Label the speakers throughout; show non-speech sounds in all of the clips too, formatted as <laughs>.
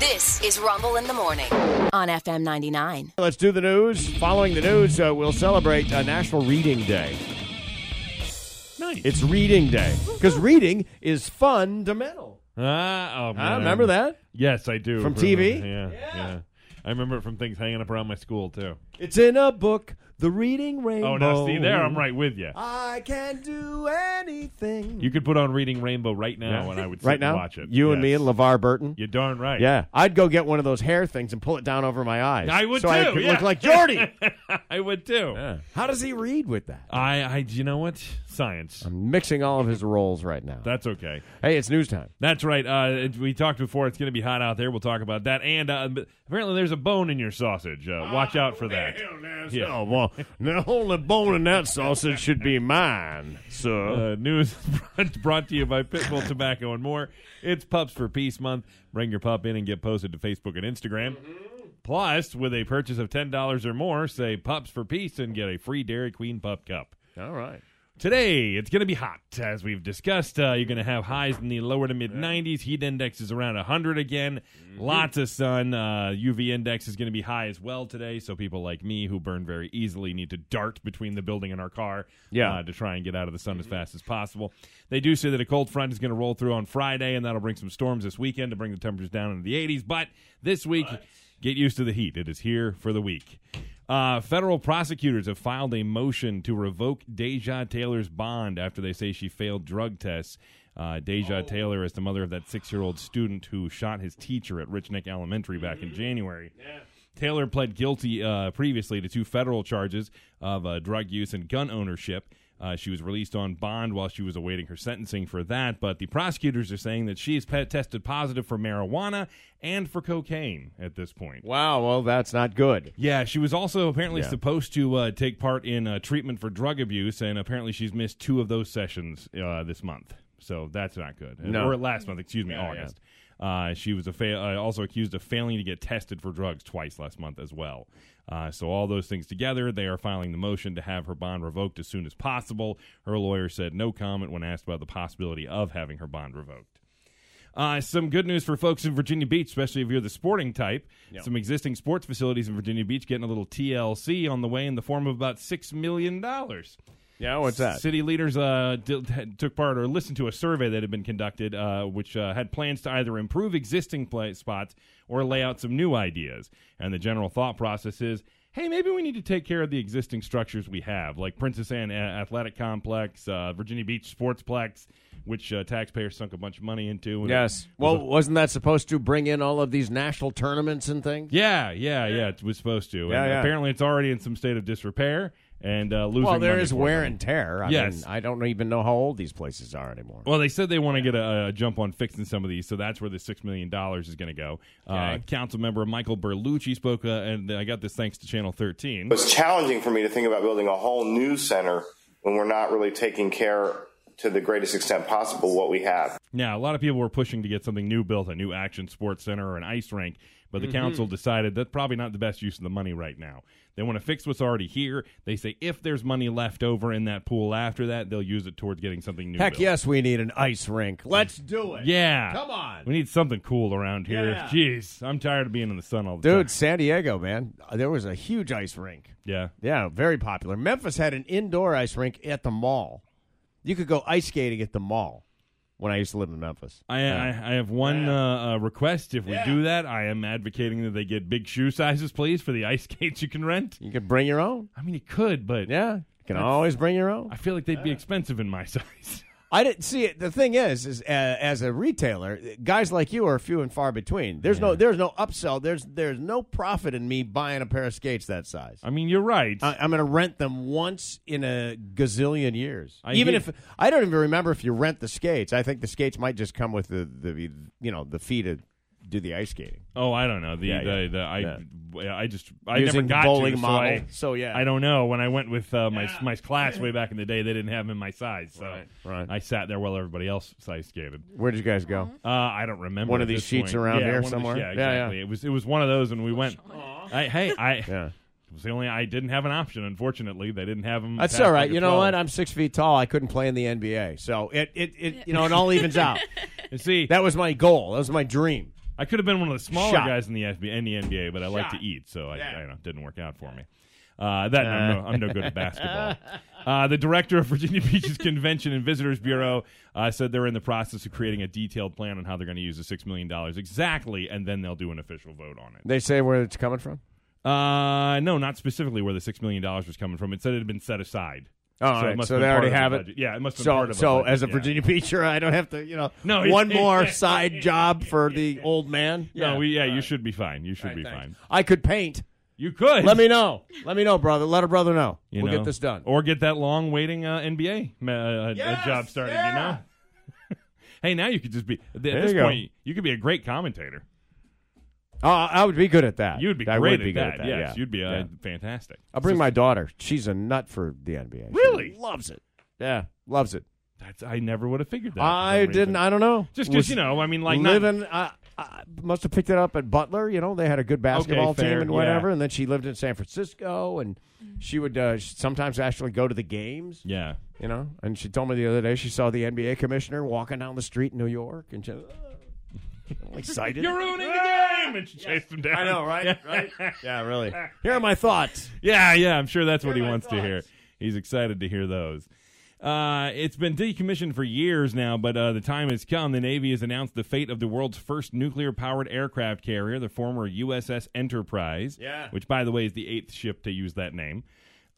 Speaker 1: This is Rumble in the Morning on FM 99.
Speaker 2: Let's do the news. Following the news, uh, we'll celebrate uh, National Reading Day.
Speaker 3: Nice.
Speaker 2: It's Reading Day because reading is fundamental.
Speaker 3: Ah, oh, man.
Speaker 2: Huh? Remember that?
Speaker 3: Yes, I do.
Speaker 2: From
Speaker 3: Remember-
Speaker 2: TV?
Speaker 3: Yeah, yeah. I remember it from things hanging up around my school, too.
Speaker 2: It's in a book, The Reading Rainbow.
Speaker 3: Oh, now, see, there, I'm right with you.
Speaker 2: I can do anything.
Speaker 3: You could put on Reading Rainbow right now,
Speaker 2: Yeah.
Speaker 3: and I would sit
Speaker 2: right
Speaker 3: and
Speaker 2: now,
Speaker 3: watch it.
Speaker 2: you and me
Speaker 3: Yes.
Speaker 2: and LeVar Burton.
Speaker 3: You're darn right.
Speaker 2: Yeah, I'd go get one of those hair things and pull it down over my eyes.
Speaker 3: I would
Speaker 2: so I
Speaker 3: too,
Speaker 2: could
Speaker 3: yeah.
Speaker 2: look like Jordy.
Speaker 3: <laughs>
Speaker 2: <laughs>
Speaker 3: I would, too.
Speaker 2: How does he read with that?
Speaker 3: I, I, you know what? Science.
Speaker 2: I'm mixing all of his roles right now.
Speaker 3: That's okay.
Speaker 2: hey, it's news time.
Speaker 3: That's right. Uh, it- we talked before. It's going to be hot out there. We'll talk about that. And uh, but apparently, there's a bone in your sausage. Uh, watch out for that. Yeah.
Speaker 2: Oh well, <laughs> the only bone in that sausage should be mine, sir.
Speaker 3: Uh, news <laughs> brought, brought to you by Pitbull Tobacco and more. It's Pups for Peace Month. Bring your pup in and get posted to Facebook and Instagram. Plus, with a purchase of ten dollars or more, say Pups for Peace and get a free Dairy Queen pup cup.
Speaker 2: All right.
Speaker 3: Today, it's going to be hot, as we've discussed. Uh, you're going to have highs in the lower to mid 90s. Heat index is around 100 again. Lots of sun. Uh, UV index is going to be high as well today. So people like me who burn very easily need to dart between the building and our car
Speaker 2: Yeah.
Speaker 3: uh, to try and get out of the sun as fast as possible. They do say that a cold front is going to roll through on Friday, and that'll bring some storms this weekend to bring the temperatures down into the 80s. But this week, get used to the heat. It is here for the week. Uh, federal prosecutors have filed a motion to revoke Deja Taylor's bond after they say she failed drug tests. Uh, Deja Taylor is the mother of that six year old student who shot his teacher at Rich Neck Elementary back in January. Taylor pled guilty uh, previously to two federal charges of uh, drug use and gun ownership. Uh, she was released on bond while she was awaiting her sentencing for that, but the prosecutors are saying that she is pe- tested positive for marijuana and for cocaine at this point.
Speaker 2: Wow. Well, that's not good.
Speaker 3: Yeah, she was also apparently supposed to uh, take part in uh, treatment for drug abuse, and apparently she's missed two of those sessions uh, this month. So that's not good.
Speaker 2: No.
Speaker 3: Or last month, excuse me, August. Uh, she was a fa- uh, also accused of failing to get tested for drugs twice last month as well. Uh, so all those things together, they are filing the motion to have her bond revoked as soon as possible. Her lawyer said no comment when asked about the possibility of having her bond revoked. Uh, some good news for folks in Virginia Beach, especially if you're the sporting type. Some existing sports facilities in Virginia Beach getting a little TLC on the way in the form of about $6 million.
Speaker 2: Yeah. What's that?
Speaker 3: City leaders uh, d- had- took part or listened to a survey that had been conducted, uh, which uh, had plans to either improve existing play spots or lay out some new ideas. And the general thought process is. Hey, maybe we need to take care of the existing structures we have, like Princess Anne A- Athletic Complex, uh, Virginia Beach Sportsplex, which uh, taxpayers sunk a bunch of money into. and it
Speaker 2: Yes. Well, wasn't that supposed to bring in all of these national tournaments and things?
Speaker 3: Yeah, yeah, yeah. It was supposed to.
Speaker 2: Yeah,
Speaker 3: and
Speaker 2: yeah.
Speaker 3: Apparently, it's already in some state of disrepair and uh, losing.
Speaker 2: Well, there
Speaker 3: money
Speaker 2: is
Speaker 3: for
Speaker 2: wear
Speaker 3: it.
Speaker 2: and tear. I
Speaker 3: Yes.
Speaker 2: mean, I don't even know how old these places are anymore.
Speaker 3: Well, they said they want to get a, a jump on fixing some of these, so that's where the six million dollars is going to go. Uh, Council member Michael Berlucci spoke, uh, and I got this thanks to Channel 13.
Speaker 4: It's challenging for me to think about building a whole new center when we're not really taking care to the greatest extent possible what we have.
Speaker 3: Now, a lot of people were pushing to get something new built, a new action sports center or an ice rink, but the
Speaker 2: Mm-hmm.
Speaker 3: council decided that's probably not the best use of the money right now. They want to fix what's already here. They say if there's money left over in that pool after that, they'll use it towards getting something new.
Speaker 2: Heck
Speaker 3: built.
Speaker 2: yes, we need an ice rink. Let's do it.
Speaker 3: Yeah.
Speaker 2: Come on.
Speaker 3: We need something cool around here.
Speaker 2: Yeah.
Speaker 3: Jeez, I'm tired of being in the sun all the
Speaker 2: Dude,
Speaker 3: time.
Speaker 2: San Diego, man, there was a huge ice rink.
Speaker 3: Yeah.
Speaker 2: Yeah, very popular. Memphis had an indoor ice rink at the mall. You could go ice skating at the mall when I used to live in Memphis.
Speaker 3: I, I, I have one uh, uh, request. If we do that, I am advocating that they get big shoe sizes, please, for the <laughs> ice skates you can rent.
Speaker 2: You could bring your own.
Speaker 3: I mean, you could, but
Speaker 2: Yeah, you can always bring your own.
Speaker 3: I feel like they'd be expensive in my <laughs> size.
Speaker 2: I didn't see it. The thing is, is uh, as a retailer, guys like you are few and far between. There's no, there's no upsell. There's, there's no profit in me buying a pair of skates that size.
Speaker 3: I mean, you're right.
Speaker 2: I, I'm going to rent them once in a gazillion years.
Speaker 3: I
Speaker 2: even
Speaker 3: hear-
Speaker 2: if I don't even remember if you rent the skates. I think the skates might just come with the, the you know the fee to do the ice skating.
Speaker 3: oh, I don't know. The,
Speaker 2: Yeah,
Speaker 3: the,
Speaker 2: yeah.
Speaker 3: the, I, I just, I
Speaker 2: Using
Speaker 3: never got
Speaker 2: bowling
Speaker 3: to, so
Speaker 2: model.
Speaker 3: I-
Speaker 2: So, yeah.
Speaker 3: I don't know. When I went with uh, my
Speaker 2: <laughs>
Speaker 3: my class way back in the day, they didn't have them in my size, so
Speaker 2: right.
Speaker 3: I sat there while everybody else size skated.
Speaker 2: Where did you guys go?
Speaker 3: Uh, I don't remember.
Speaker 2: One of
Speaker 3: at
Speaker 2: these
Speaker 3: this
Speaker 2: sheets
Speaker 3: point.
Speaker 2: around
Speaker 3: Yeah,
Speaker 2: here
Speaker 3: one of the-
Speaker 2: somewhere?
Speaker 3: yeah,
Speaker 2: Yeah, yeah.
Speaker 3: exactly. It was it was one of those, and we went. I, hey,
Speaker 2: <laughs>
Speaker 3: I
Speaker 2: Yeah.
Speaker 3: it was the only I didn't have an option. Unfortunately, they didn't have them.
Speaker 2: That's
Speaker 3: past
Speaker 2: all right.
Speaker 3: like a
Speaker 2: You know
Speaker 3: 12.
Speaker 2: what? I'm six feet tall. I couldn't play in the <laughs> NBA, so it, it, it you know it all evens out.
Speaker 3: And see,
Speaker 2: That was my goal. That was my dream.
Speaker 3: I could have been one of the smaller
Speaker 2: Shot.
Speaker 3: guys in the FB, in the NBA, but I like to
Speaker 2: Shot.
Speaker 3: eat, so I,
Speaker 2: Yeah.
Speaker 3: I don't know, it didn't work out for me. Uh, that I'm, no, I'm no good
Speaker 2: <laughs>
Speaker 3: at basketball. Uh, the director of Virginia Beach's Convention and Visitors Bureau uh, said they're in the process of creating a detailed plan on how they're going to use the six million dollars exactly, and then they'll do an official vote on it.
Speaker 2: They say where it's coming from.
Speaker 3: Uh, no, not specifically where the six million dollars was coming from. It said it had been set aside.
Speaker 2: Oh, all
Speaker 3: it
Speaker 2: right.
Speaker 3: must
Speaker 2: So
Speaker 3: been
Speaker 2: they
Speaker 3: part
Speaker 2: already
Speaker 3: of the
Speaker 2: have it.
Speaker 3: budget. Yeah, it must have been
Speaker 2: So,
Speaker 3: part of
Speaker 2: so
Speaker 3: a budget.
Speaker 2: as a
Speaker 3: yeah.
Speaker 2: Virginia <laughs> Beacher, I don't have to, you know,
Speaker 3: No,
Speaker 2: one
Speaker 3: it's- <laughs>
Speaker 2: more side job for the old man.
Speaker 3: No, we, yeah, you should be fine. You should be fine.
Speaker 2: I could paint.
Speaker 3: You could.
Speaker 2: Let me know. Let me know, brother. Let a brother know.
Speaker 3: You
Speaker 2: we'll
Speaker 3: know?
Speaker 2: get this done.
Speaker 3: Or get that long waiting uh, NBA ma- uh, uh, job started, you know? <laughs> hey, now you could just be, th- at
Speaker 2: There
Speaker 3: this
Speaker 2: you go.
Speaker 3: point, you could be a great commentator.
Speaker 2: Uh, I would be good at that.
Speaker 3: You would be
Speaker 2: I
Speaker 3: great
Speaker 2: would be good
Speaker 3: at, that.
Speaker 2: at that.
Speaker 3: Yes,
Speaker 2: yeah.
Speaker 3: you'd be uh,
Speaker 2: Yeah.
Speaker 3: fantastic.
Speaker 2: I'll bring my daughter. She's a nut for the NBA. She
Speaker 3: Really?
Speaker 2: loves it. Yeah, loves it.
Speaker 3: That's, I never would have figured that. for some
Speaker 2: I
Speaker 3: reason.
Speaker 2: didn't. I don't know.
Speaker 3: Just
Speaker 2: Was
Speaker 3: because, you know, I mean, like, not-
Speaker 2: living. I, I must have picked it up at Butler. You know, they had a good basketball
Speaker 3: fair,
Speaker 2: team and
Speaker 3: yeah.
Speaker 2: whatever. And then she lived in San Francisco, and she would uh, she sometimes actually go to the games.
Speaker 3: yeah.
Speaker 2: You know, and she told me the other day she saw the NBA commissioner walking down the street in New York, and she, all excited.
Speaker 3: <laughs> You're ruining the game! And she chased him down.
Speaker 2: Ah! I know, right?
Speaker 3: <laughs>
Speaker 2: Right? Yeah, really. Here are my thoughts.
Speaker 3: Yeah, yeah, I'm sure that's what he
Speaker 2: my
Speaker 3: wants to hear.
Speaker 2: thoughts.
Speaker 3: He's excited to hear those. Uh, it's been decommissioned for years now, but uh, the time has come. The Navy has announced the fate of the world's first nuclear powered aircraft carrier, the former USS Enterprise,
Speaker 2: Yeah.
Speaker 3: which, by the way, is the eighth ship to use that name.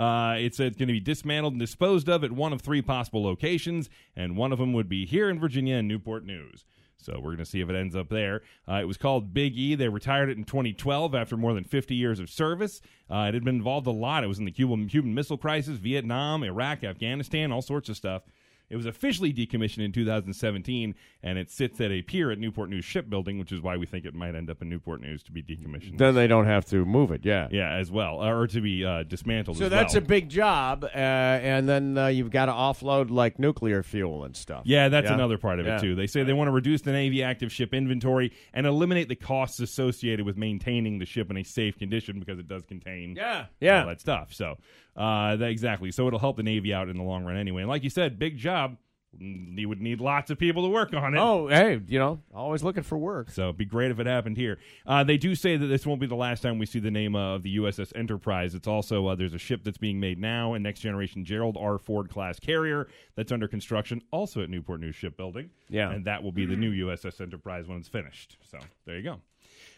Speaker 3: Uh, it said it's going to be dismantled and disposed of at one of three possible locations, and one of them would be here in Virginia in Newport News. So we're going to see if it ends up there. Uh, it was called Big E. They retired it in 2012 after more than 50 years of service. Uh, it had been involved a lot. It was in the Cuban, Cuban Missile Crisis, Vietnam, Iraq, Afghanistan, all sorts of stuff. It was officially decommissioned in 2017, and it sits at a pier at Newport News Shipbuilding, which is why we think it might end up in Newport News to be decommissioned.
Speaker 2: Then they don't have to move it. Yeah.
Speaker 3: yeah, as well, or to be uh, dismantled.
Speaker 2: So
Speaker 3: as
Speaker 2: that's
Speaker 3: well.
Speaker 2: a big job, uh, and then uh, you've got to offload like nuclear fuel and stuff.
Speaker 3: Yeah, that's another part of
Speaker 2: Yeah.
Speaker 3: it too. They say they want to reduce the Navy active ship inventory and eliminate the costs associated with maintaining the ship in a safe condition because it does contain
Speaker 2: Yeah. Yeah.
Speaker 3: all that stuff. So uh, that exactly. So it'll help the Navy out in the long run anyway. And like you said, big job. Mm, You would need lots of people to work on it.
Speaker 2: Oh, hey, you know, always looking for work.
Speaker 3: So it'd be great if it happened here. Uh, they do say that this won't be the last time we see the name uh, of the USS Enterprise. It's also uh, there's a ship that's being made now, a next generation Gerald R. Ford class carrier that's under construction, also at Newport News Shipbuilding.
Speaker 2: Yeah.
Speaker 3: and that will be the new USS Enterprise when it's finished. So there you go.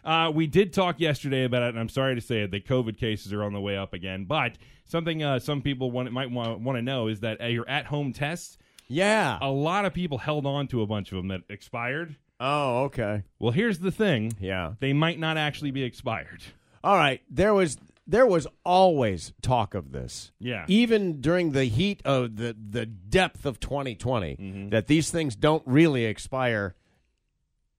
Speaker 3: Uh, we did talk yesterday about it, and I'm sorry to say it, the COVID cases are on the way up again. But something uh, some people want, might want, want to know is that uh, your at home tests,
Speaker 2: Yeah.
Speaker 3: a lot of people held on to a bunch of them that expired.
Speaker 2: Oh, okay.
Speaker 3: Well, here's the thing
Speaker 2: Yeah.
Speaker 3: they might not actually be expired. <laughs>
Speaker 2: All right. There was there was always talk of this.
Speaker 3: Yeah.
Speaker 2: Even during the heat of the the depth of 2020,
Speaker 3: Mm-hmm.
Speaker 2: that these things don't really expire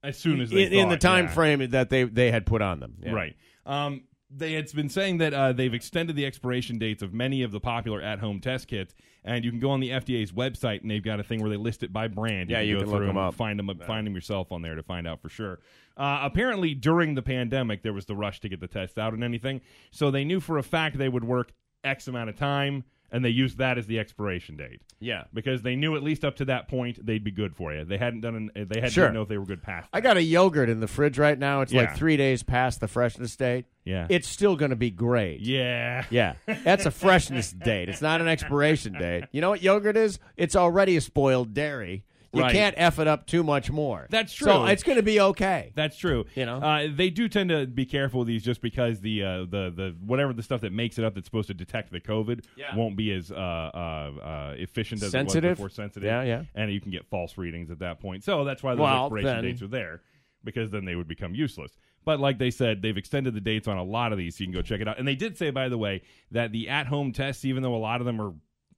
Speaker 3: As soon as they
Speaker 2: in, in the
Speaker 3: thought,
Speaker 2: time
Speaker 3: yeah.
Speaker 2: frame that they they had put on them. Yeah.
Speaker 3: Right. Um, they had been saying that uh, they've extended the expiration dates of many of the popular at-home test kits, and you can go on the FDA's website and they've got a thing where they list it by brand.
Speaker 2: Yeah, you
Speaker 3: go
Speaker 2: can look
Speaker 3: through
Speaker 2: them
Speaker 3: and
Speaker 2: up.
Speaker 3: find them, find them yourself on there to find out for sure. Uh, apparently, during the pandemic, there was the rush to get the tests out and anything, so they knew for a fact they would work X amount of time, and they used that as the expiration date.
Speaker 2: Yeah.
Speaker 3: because they knew at least up to that point they'd be good for you. They hadn't done. An, they hadn't
Speaker 2: Sure.
Speaker 3: didn't know if they were good past.
Speaker 2: I
Speaker 3: that.
Speaker 2: got a yogurt in the fridge right now. It's
Speaker 3: Yeah.
Speaker 2: like three days past the freshness date.
Speaker 3: Yeah.
Speaker 2: It's still going to be great.
Speaker 3: yeah.
Speaker 2: Yeah, that's a freshness date. It's not an expiration date. You know what yogurt is? It's already a spoiled dairy. You
Speaker 3: Right.
Speaker 2: can't f it up too much more.
Speaker 3: That's
Speaker 2: So
Speaker 3: true.
Speaker 2: it's going to be okay.
Speaker 3: That's true.
Speaker 2: You know?
Speaker 3: uh, they do tend to be careful with these just because the uh, the the whatever the stuff that makes it up that's supposed to detect the COVID won't be as uh, uh, uh, efficient as
Speaker 2: Sensitive?
Speaker 3: it was before. Sensitive,
Speaker 2: Yeah, yeah.
Speaker 3: And you can get false readings at that point. So that's why the
Speaker 2: Well,
Speaker 3: expiration
Speaker 2: then-
Speaker 3: dates are there because then they would become useless. But like they said, they've extended the dates on a lot of these. So you can go check it out. And they did say, by the way, that the at-home tests, even though a lot of them are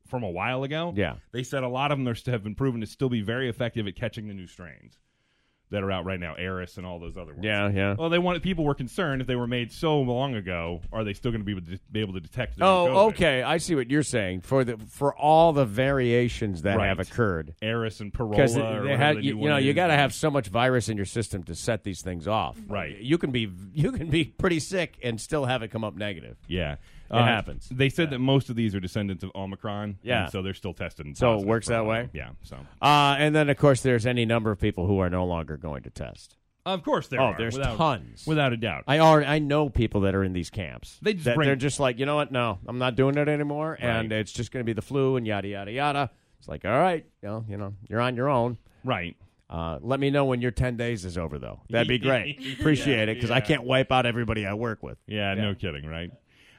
Speaker 3: from a while ago,
Speaker 2: Yeah.
Speaker 3: they said a lot of them are, st- have been proven to still be very effective at catching the new strains that are out right now, Eris and all those other ones.
Speaker 2: yeah.
Speaker 3: Well, they wanted people were concerned if they were made so long ago, are they still going to be able to, be able to detect? the new
Speaker 2: Oh,
Speaker 3: COVID?
Speaker 2: okay. I see what you're saying for the for all the variations that
Speaker 3: Right.
Speaker 2: have occurred.
Speaker 3: Eris and Parola.
Speaker 2: Because
Speaker 3: or
Speaker 2: they
Speaker 3: whatever
Speaker 2: had,
Speaker 3: the
Speaker 2: you,
Speaker 3: new
Speaker 2: you know,
Speaker 3: one
Speaker 2: you
Speaker 3: is.
Speaker 2: got to have so much virus in your system to set these things off.
Speaker 3: Right.
Speaker 2: You can be you can be pretty sick and still have it come up negative.
Speaker 3: Yeah, it
Speaker 2: happens.
Speaker 3: They said that most of these are descendants of Omicron.
Speaker 2: Yeah.
Speaker 3: and so they're still tested.
Speaker 2: So it
Speaker 3: positive
Speaker 2: works
Speaker 3: for
Speaker 2: that
Speaker 3: all of
Speaker 2: way?
Speaker 3: them. Yeah. So
Speaker 2: Uh, and then, of course, there's any number of people who are no longer going to test.
Speaker 3: Of course there
Speaker 2: Oh,
Speaker 3: are.
Speaker 2: there's
Speaker 3: without,
Speaker 2: tons.
Speaker 3: Without a doubt.
Speaker 2: I already I know people that are in these camps.
Speaker 3: They just
Speaker 2: that
Speaker 3: bring-
Speaker 2: they're just like, you know what? No, I'm not doing it anymore, and
Speaker 3: Right.
Speaker 2: it's just going to be the flu and yada yada yada. It's like, all right, you know, you know, you're on your own.
Speaker 3: right.
Speaker 2: Uh, let me know when your ten days is over, though. That'd be <laughs> great. Appreciate it because I can't wipe out everybody I work with.
Speaker 3: Yeah, no kidding, right?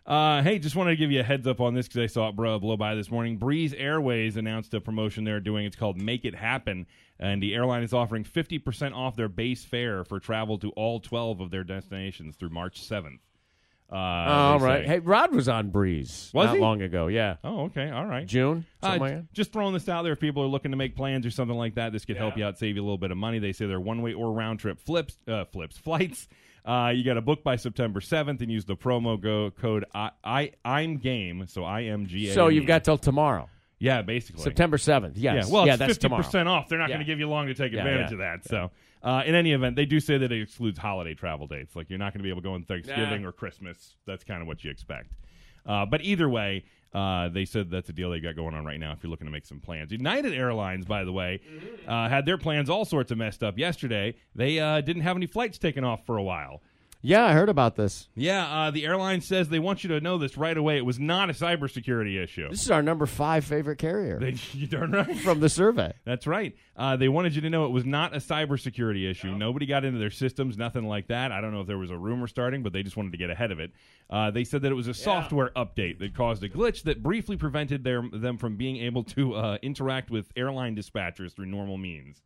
Speaker 3: Uh, hey, just wanted to give you a heads up on this because I saw it bro, blow by this morning. Breeze Airways announced a promotion they're doing. It's called Make It Happen, and the airline is offering 50% off their base fare for travel to all 12 of their destinations through March 7th. Uh,
Speaker 2: all
Speaker 3: they
Speaker 2: Oh, right.
Speaker 3: say.
Speaker 2: Hey, Rod was on Breeze
Speaker 3: Was
Speaker 2: not
Speaker 3: he?
Speaker 2: long ago. Yeah,
Speaker 3: Oh, okay. All right.
Speaker 2: June.
Speaker 3: Uh,
Speaker 2: something like that.
Speaker 3: just throwing this out there. If people are looking to make plans or something like that, this could help you out, save you a little bit of money. They say they're one way or round trip flips, uh, flips, flights. Uh, you got to book by September 7th and use the promo go code I, I I'm game. So I M G A. E.
Speaker 2: So you've got till tomorrow,
Speaker 3: yeah, basically
Speaker 2: September seventh. Yes.
Speaker 3: yeah, well,
Speaker 2: yeah,
Speaker 3: it's
Speaker 2: that's
Speaker 3: 50%
Speaker 2: tomorrow.
Speaker 3: off. They're not
Speaker 2: Yeah.
Speaker 3: going to give you long to take
Speaker 2: Yeah,
Speaker 3: advantage
Speaker 2: yeah,
Speaker 3: of that. So, uh, in any event, they do say that it excludes holiday travel dates. Like, you're not going to be able to go on Thanksgiving
Speaker 2: Nah.
Speaker 3: or Christmas. That's kind of what you expect. Uh, but either way, uh, they said that's a deal they got going on right now if you're looking to make some plans. United Airlines, by the way,
Speaker 2: Mm-hmm.
Speaker 3: uh, had their plans all sorts of messed up yesterday. They uh, didn't have any flights taken off for a while.
Speaker 2: Yeah, I heard about this.
Speaker 3: Yeah, uh, the airline says they want you to know this right away. It was not a cybersecurity issue.
Speaker 2: This is our number five favorite carrier
Speaker 3: <laughs> They, you darn right.
Speaker 2: from the survey.
Speaker 3: That's right. Uh, they wanted you to know it was not a cybersecurity issue. Nobody got into their systems, nothing like that. I don't know if there was a rumor starting, but they just wanted to get ahead of it. Uh, they said that it was a software update that caused a glitch that briefly prevented their, them from being able to uh, interact with airline dispatchers through normal means.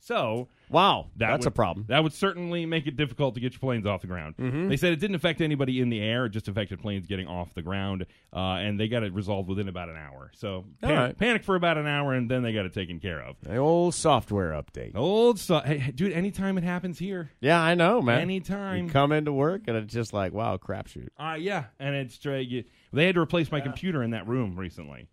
Speaker 3: So
Speaker 2: Wow,
Speaker 3: that
Speaker 2: that's
Speaker 3: would-
Speaker 2: a problem. Mm-hmm.
Speaker 3: That would certainly make it difficult to get your planes off the ground. They said it didn't affect anybody in the air; it just affected planes getting off the ground, uh, and they got it resolved within about an hour. So
Speaker 2: All
Speaker 3: pan-
Speaker 2: right.
Speaker 3: panic for about an hour, and then they got it taken care of.
Speaker 2: The old software update.
Speaker 3: Old stuff, hey, hey, dude. Anytime it happens here,
Speaker 2: Yeah, I know, man.
Speaker 3: Anytime.
Speaker 2: you come into work and it's just like, wow, crapshoot.
Speaker 3: uh, yeah, and it's straight. You, they had to replace my computer in that room recently,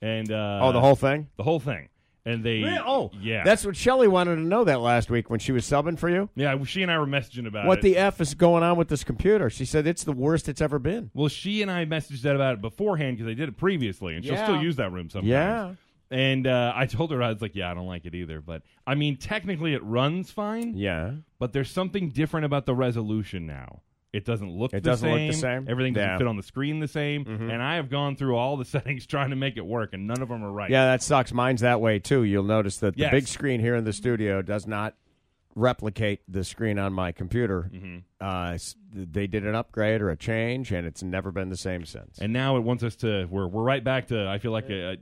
Speaker 3: and uh,
Speaker 2: oh, the whole thing.
Speaker 3: the whole thing, and they
Speaker 2: Oh,
Speaker 3: yeah,
Speaker 2: That's what Shelly wanted to know that last week when she was subbing for you.
Speaker 3: yeah. She and I were messaging about
Speaker 2: What
Speaker 3: it.
Speaker 2: the f is going on with this computer? She said it's the worst it's ever been.
Speaker 3: Well, she and I messaged that about it beforehand because I did it previously, and she'll
Speaker 2: Yeah.
Speaker 3: still use that room sometimes.
Speaker 2: Yeah.
Speaker 3: And uh, I told her I was like, "Yeah, I don't like it either." But I mean, technically, it runs fine.
Speaker 2: Yeah.
Speaker 3: But there's something different about the resolution now. It doesn't look.
Speaker 2: It
Speaker 3: the
Speaker 2: doesn't
Speaker 3: same.
Speaker 2: look the same.
Speaker 3: Everything doesn't
Speaker 2: Yeah. Mm-hmm.
Speaker 3: fit on the screen the same. And I have gone through all the <laughs> settings trying to make it work, and none of them are right.
Speaker 2: Yeah, that sucks. Mine's that way too. You'll notice that the
Speaker 3: Yes.
Speaker 2: big screen here in the studio does not replicate the screen on my computer.
Speaker 3: Mm-hmm.
Speaker 2: Uh, s- they did an upgrade or a change, and it's never been the same since.
Speaker 3: And now it wants us to. We're we're right back to. I feel like a, a,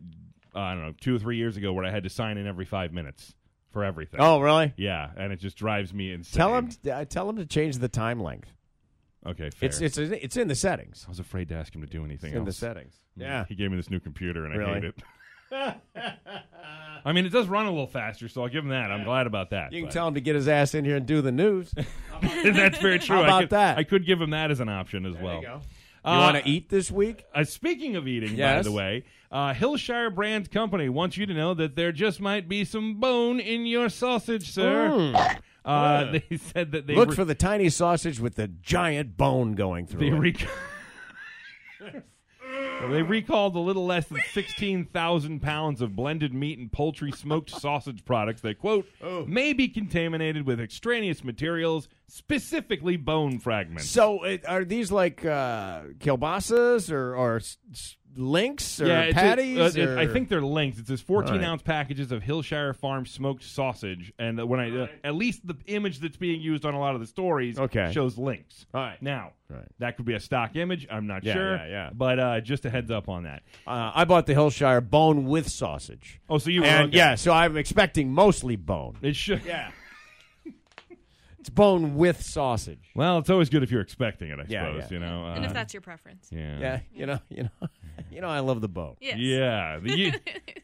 Speaker 3: I don't know, two or three years ago, where I had to sign in every five minutes for everything.
Speaker 2: oh, really?
Speaker 3: Yeah, and it just drives me insane.
Speaker 2: Tell him. Uh, tell him to change the time length.
Speaker 3: Okay, fair.
Speaker 2: It's it's it's in the settings.
Speaker 3: I was afraid to ask him to do anything
Speaker 2: in the
Speaker 3: else.
Speaker 2: settings.
Speaker 3: He gave me this new computer and I hate
Speaker 2: Really?
Speaker 3: it. <laughs> I mean, it does run a little faster, so I'll give him that. I'm glad about that.
Speaker 2: You can
Speaker 3: but-
Speaker 2: tell him to get his ass in here and do the
Speaker 3: <laughs>
Speaker 2: news. You
Speaker 3: That's very true.
Speaker 2: How
Speaker 3: I
Speaker 2: about
Speaker 3: could,
Speaker 2: that?
Speaker 3: I could give him that as an option as well. Uh,
Speaker 2: want to eat this week?
Speaker 3: Uh, speaking of eating, by
Speaker 2: Yes?
Speaker 3: the way, uh, Hillshire Brands Company wants you to know that there just might be some bone in your sausage, sir. Uh, <laughs> They said that they
Speaker 2: Mm. Look
Speaker 3: re-
Speaker 2: for the tiny sausage with the giant bone going through
Speaker 3: They
Speaker 2: it.
Speaker 3: rec- <laughs> Well, they recalled a little less than 16,000 pounds of blended meat and poultry smoked sausage products that, quote, may be contaminated with extraneous materials, specifically bone fragments.
Speaker 2: so it, are these like uh, kielbasas or, or s- s- links or
Speaker 3: it's a-
Speaker 2: patties?
Speaker 3: uh, it- I
Speaker 2: or-
Speaker 3: think they're linked. It says 14
Speaker 2: All right.
Speaker 3: ounce packages of Hillshire Farm smoked sausage, and uh, when I uh, at least the image that's being used on a lot of the stories
Speaker 2: Okay.
Speaker 3: shows links.
Speaker 2: All right.
Speaker 3: now
Speaker 2: Right.
Speaker 3: that could be a stock image. I'm not
Speaker 2: Yeah,
Speaker 3: sure.
Speaker 2: yeah, yeah.
Speaker 3: But uh, just a heads up on that.
Speaker 2: uh, I bought the Hillshire bone with sausage.
Speaker 3: Oh, so you were
Speaker 2: and
Speaker 3: okay.
Speaker 2: yeah, so I'm expecting mostly bone.
Speaker 3: It should.
Speaker 2: Yeah. it's bone with sausage.
Speaker 3: Well, it's always good if you're expecting it, I
Speaker 2: Yeah,
Speaker 3: suppose.
Speaker 2: yeah.
Speaker 3: You know. Uh,
Speaker 5: and if that's your preference.
Speaker 3: yeah.
Speaker 2: Yeah, you know, you know, <laughs> you know, I love the bone.
Speaker 5: Yes.
Speaker 3: Yeah. The,
Speaker 5: <laughs>
Speaker 3: u-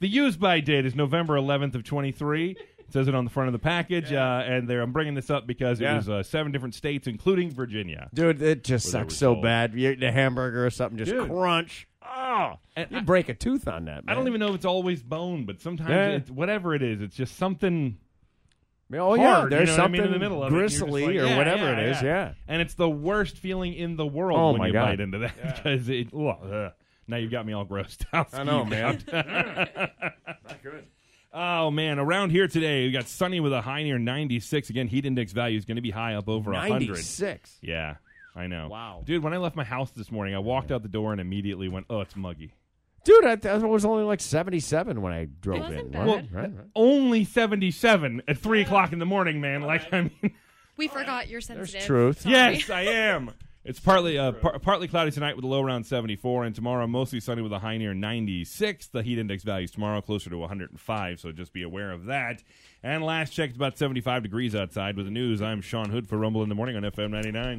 Speaker 3: the use by date is November 11th of 23. It says it on the front of the package, uh, and there, I'm bringing this up because it
Speaker 2: Yeah.
Speaker 3: was uh, seven different states, including Virginia.
Speaker 2: Dude, it just sucks so
Speaker 3: result.
Speaker 2: bad. You eat a hamburger or something, just
Speaker 3: Dude.
Speaker 2: crunch. Oh,
Speaker 3: And
Speaker 2: you
Speaker 3: I-
Speaker 2: break a tooth on that.
Speaker 3: I
Speaker 2: Man.
Speaker 3: don't even know if it's always bone, but sometimes
Speaker 2: Yeah.
Speaker 3: it's, whatever it is, it's just something
Speaker 2: Oh yeah,
Speaker 3: hard. you
Speaker 2: there's
Speaker 3: know what I
Speaker 2: something
Speaker 3: mean, in the middle of it, and you're just
Speaker 2: gristly
Speaker 3: like,
Speaker 2: or
Speaker 3: yeah,
Speaker 2: whatever
Speaker 3: yeah,
Speaker 2: it is. Yeah.
Speaker 3: And it's the worst feeling in the world
Speaker 2: Oh,
Speaker 3: when
Speaker 2: my
Speaker 3: you
Speaker 2: God.
Speaker 3: bite into that <laughs> because it. <laughs> ugh, ugh. now you've got me all grossed
Speaker 2: <laughs>
Speaker 3: out.
Speaker 2: I know,
Speaker 3: Steve.
Speaker 2: man.
Speaker 3: Oh man, around here today we got sunny with a high near 96. Again, heat index value is going to be high up over 100.
Speaker 2: 96.
Speaker 3: Yeah, I know.
Speaker 2: Wow.
Speaker 3: dude. When I left my house this morning, I walked out the door and immediately went, "Oh, it's muggy."
Speaker 2: Dude, I, I was only like 77 when I drove
Speaker 5: wasn't
Speaker 2: in.
Speaker 5: bad.
Speaker 2: Right,
Speaker 3: Well,
Speaker 2: right, right.
Speaker 3: Only 77 at three o'clock in the morning, man. Like I mean,
Speaker 5: We forgot your sensitive.
Speaker 2: There's truth.
Speaker 3: yes, I am. It's partly uh, par- partly cloudy tonight with a low around 74, and tomorrow mostly sunny with a high near 96. The heat index values tomorrow closer to 105, so just be aware of that. And last check, it's about 75 degrees outside. With the news, I'm Sean Hood for Rumble in the Morning on FM 99.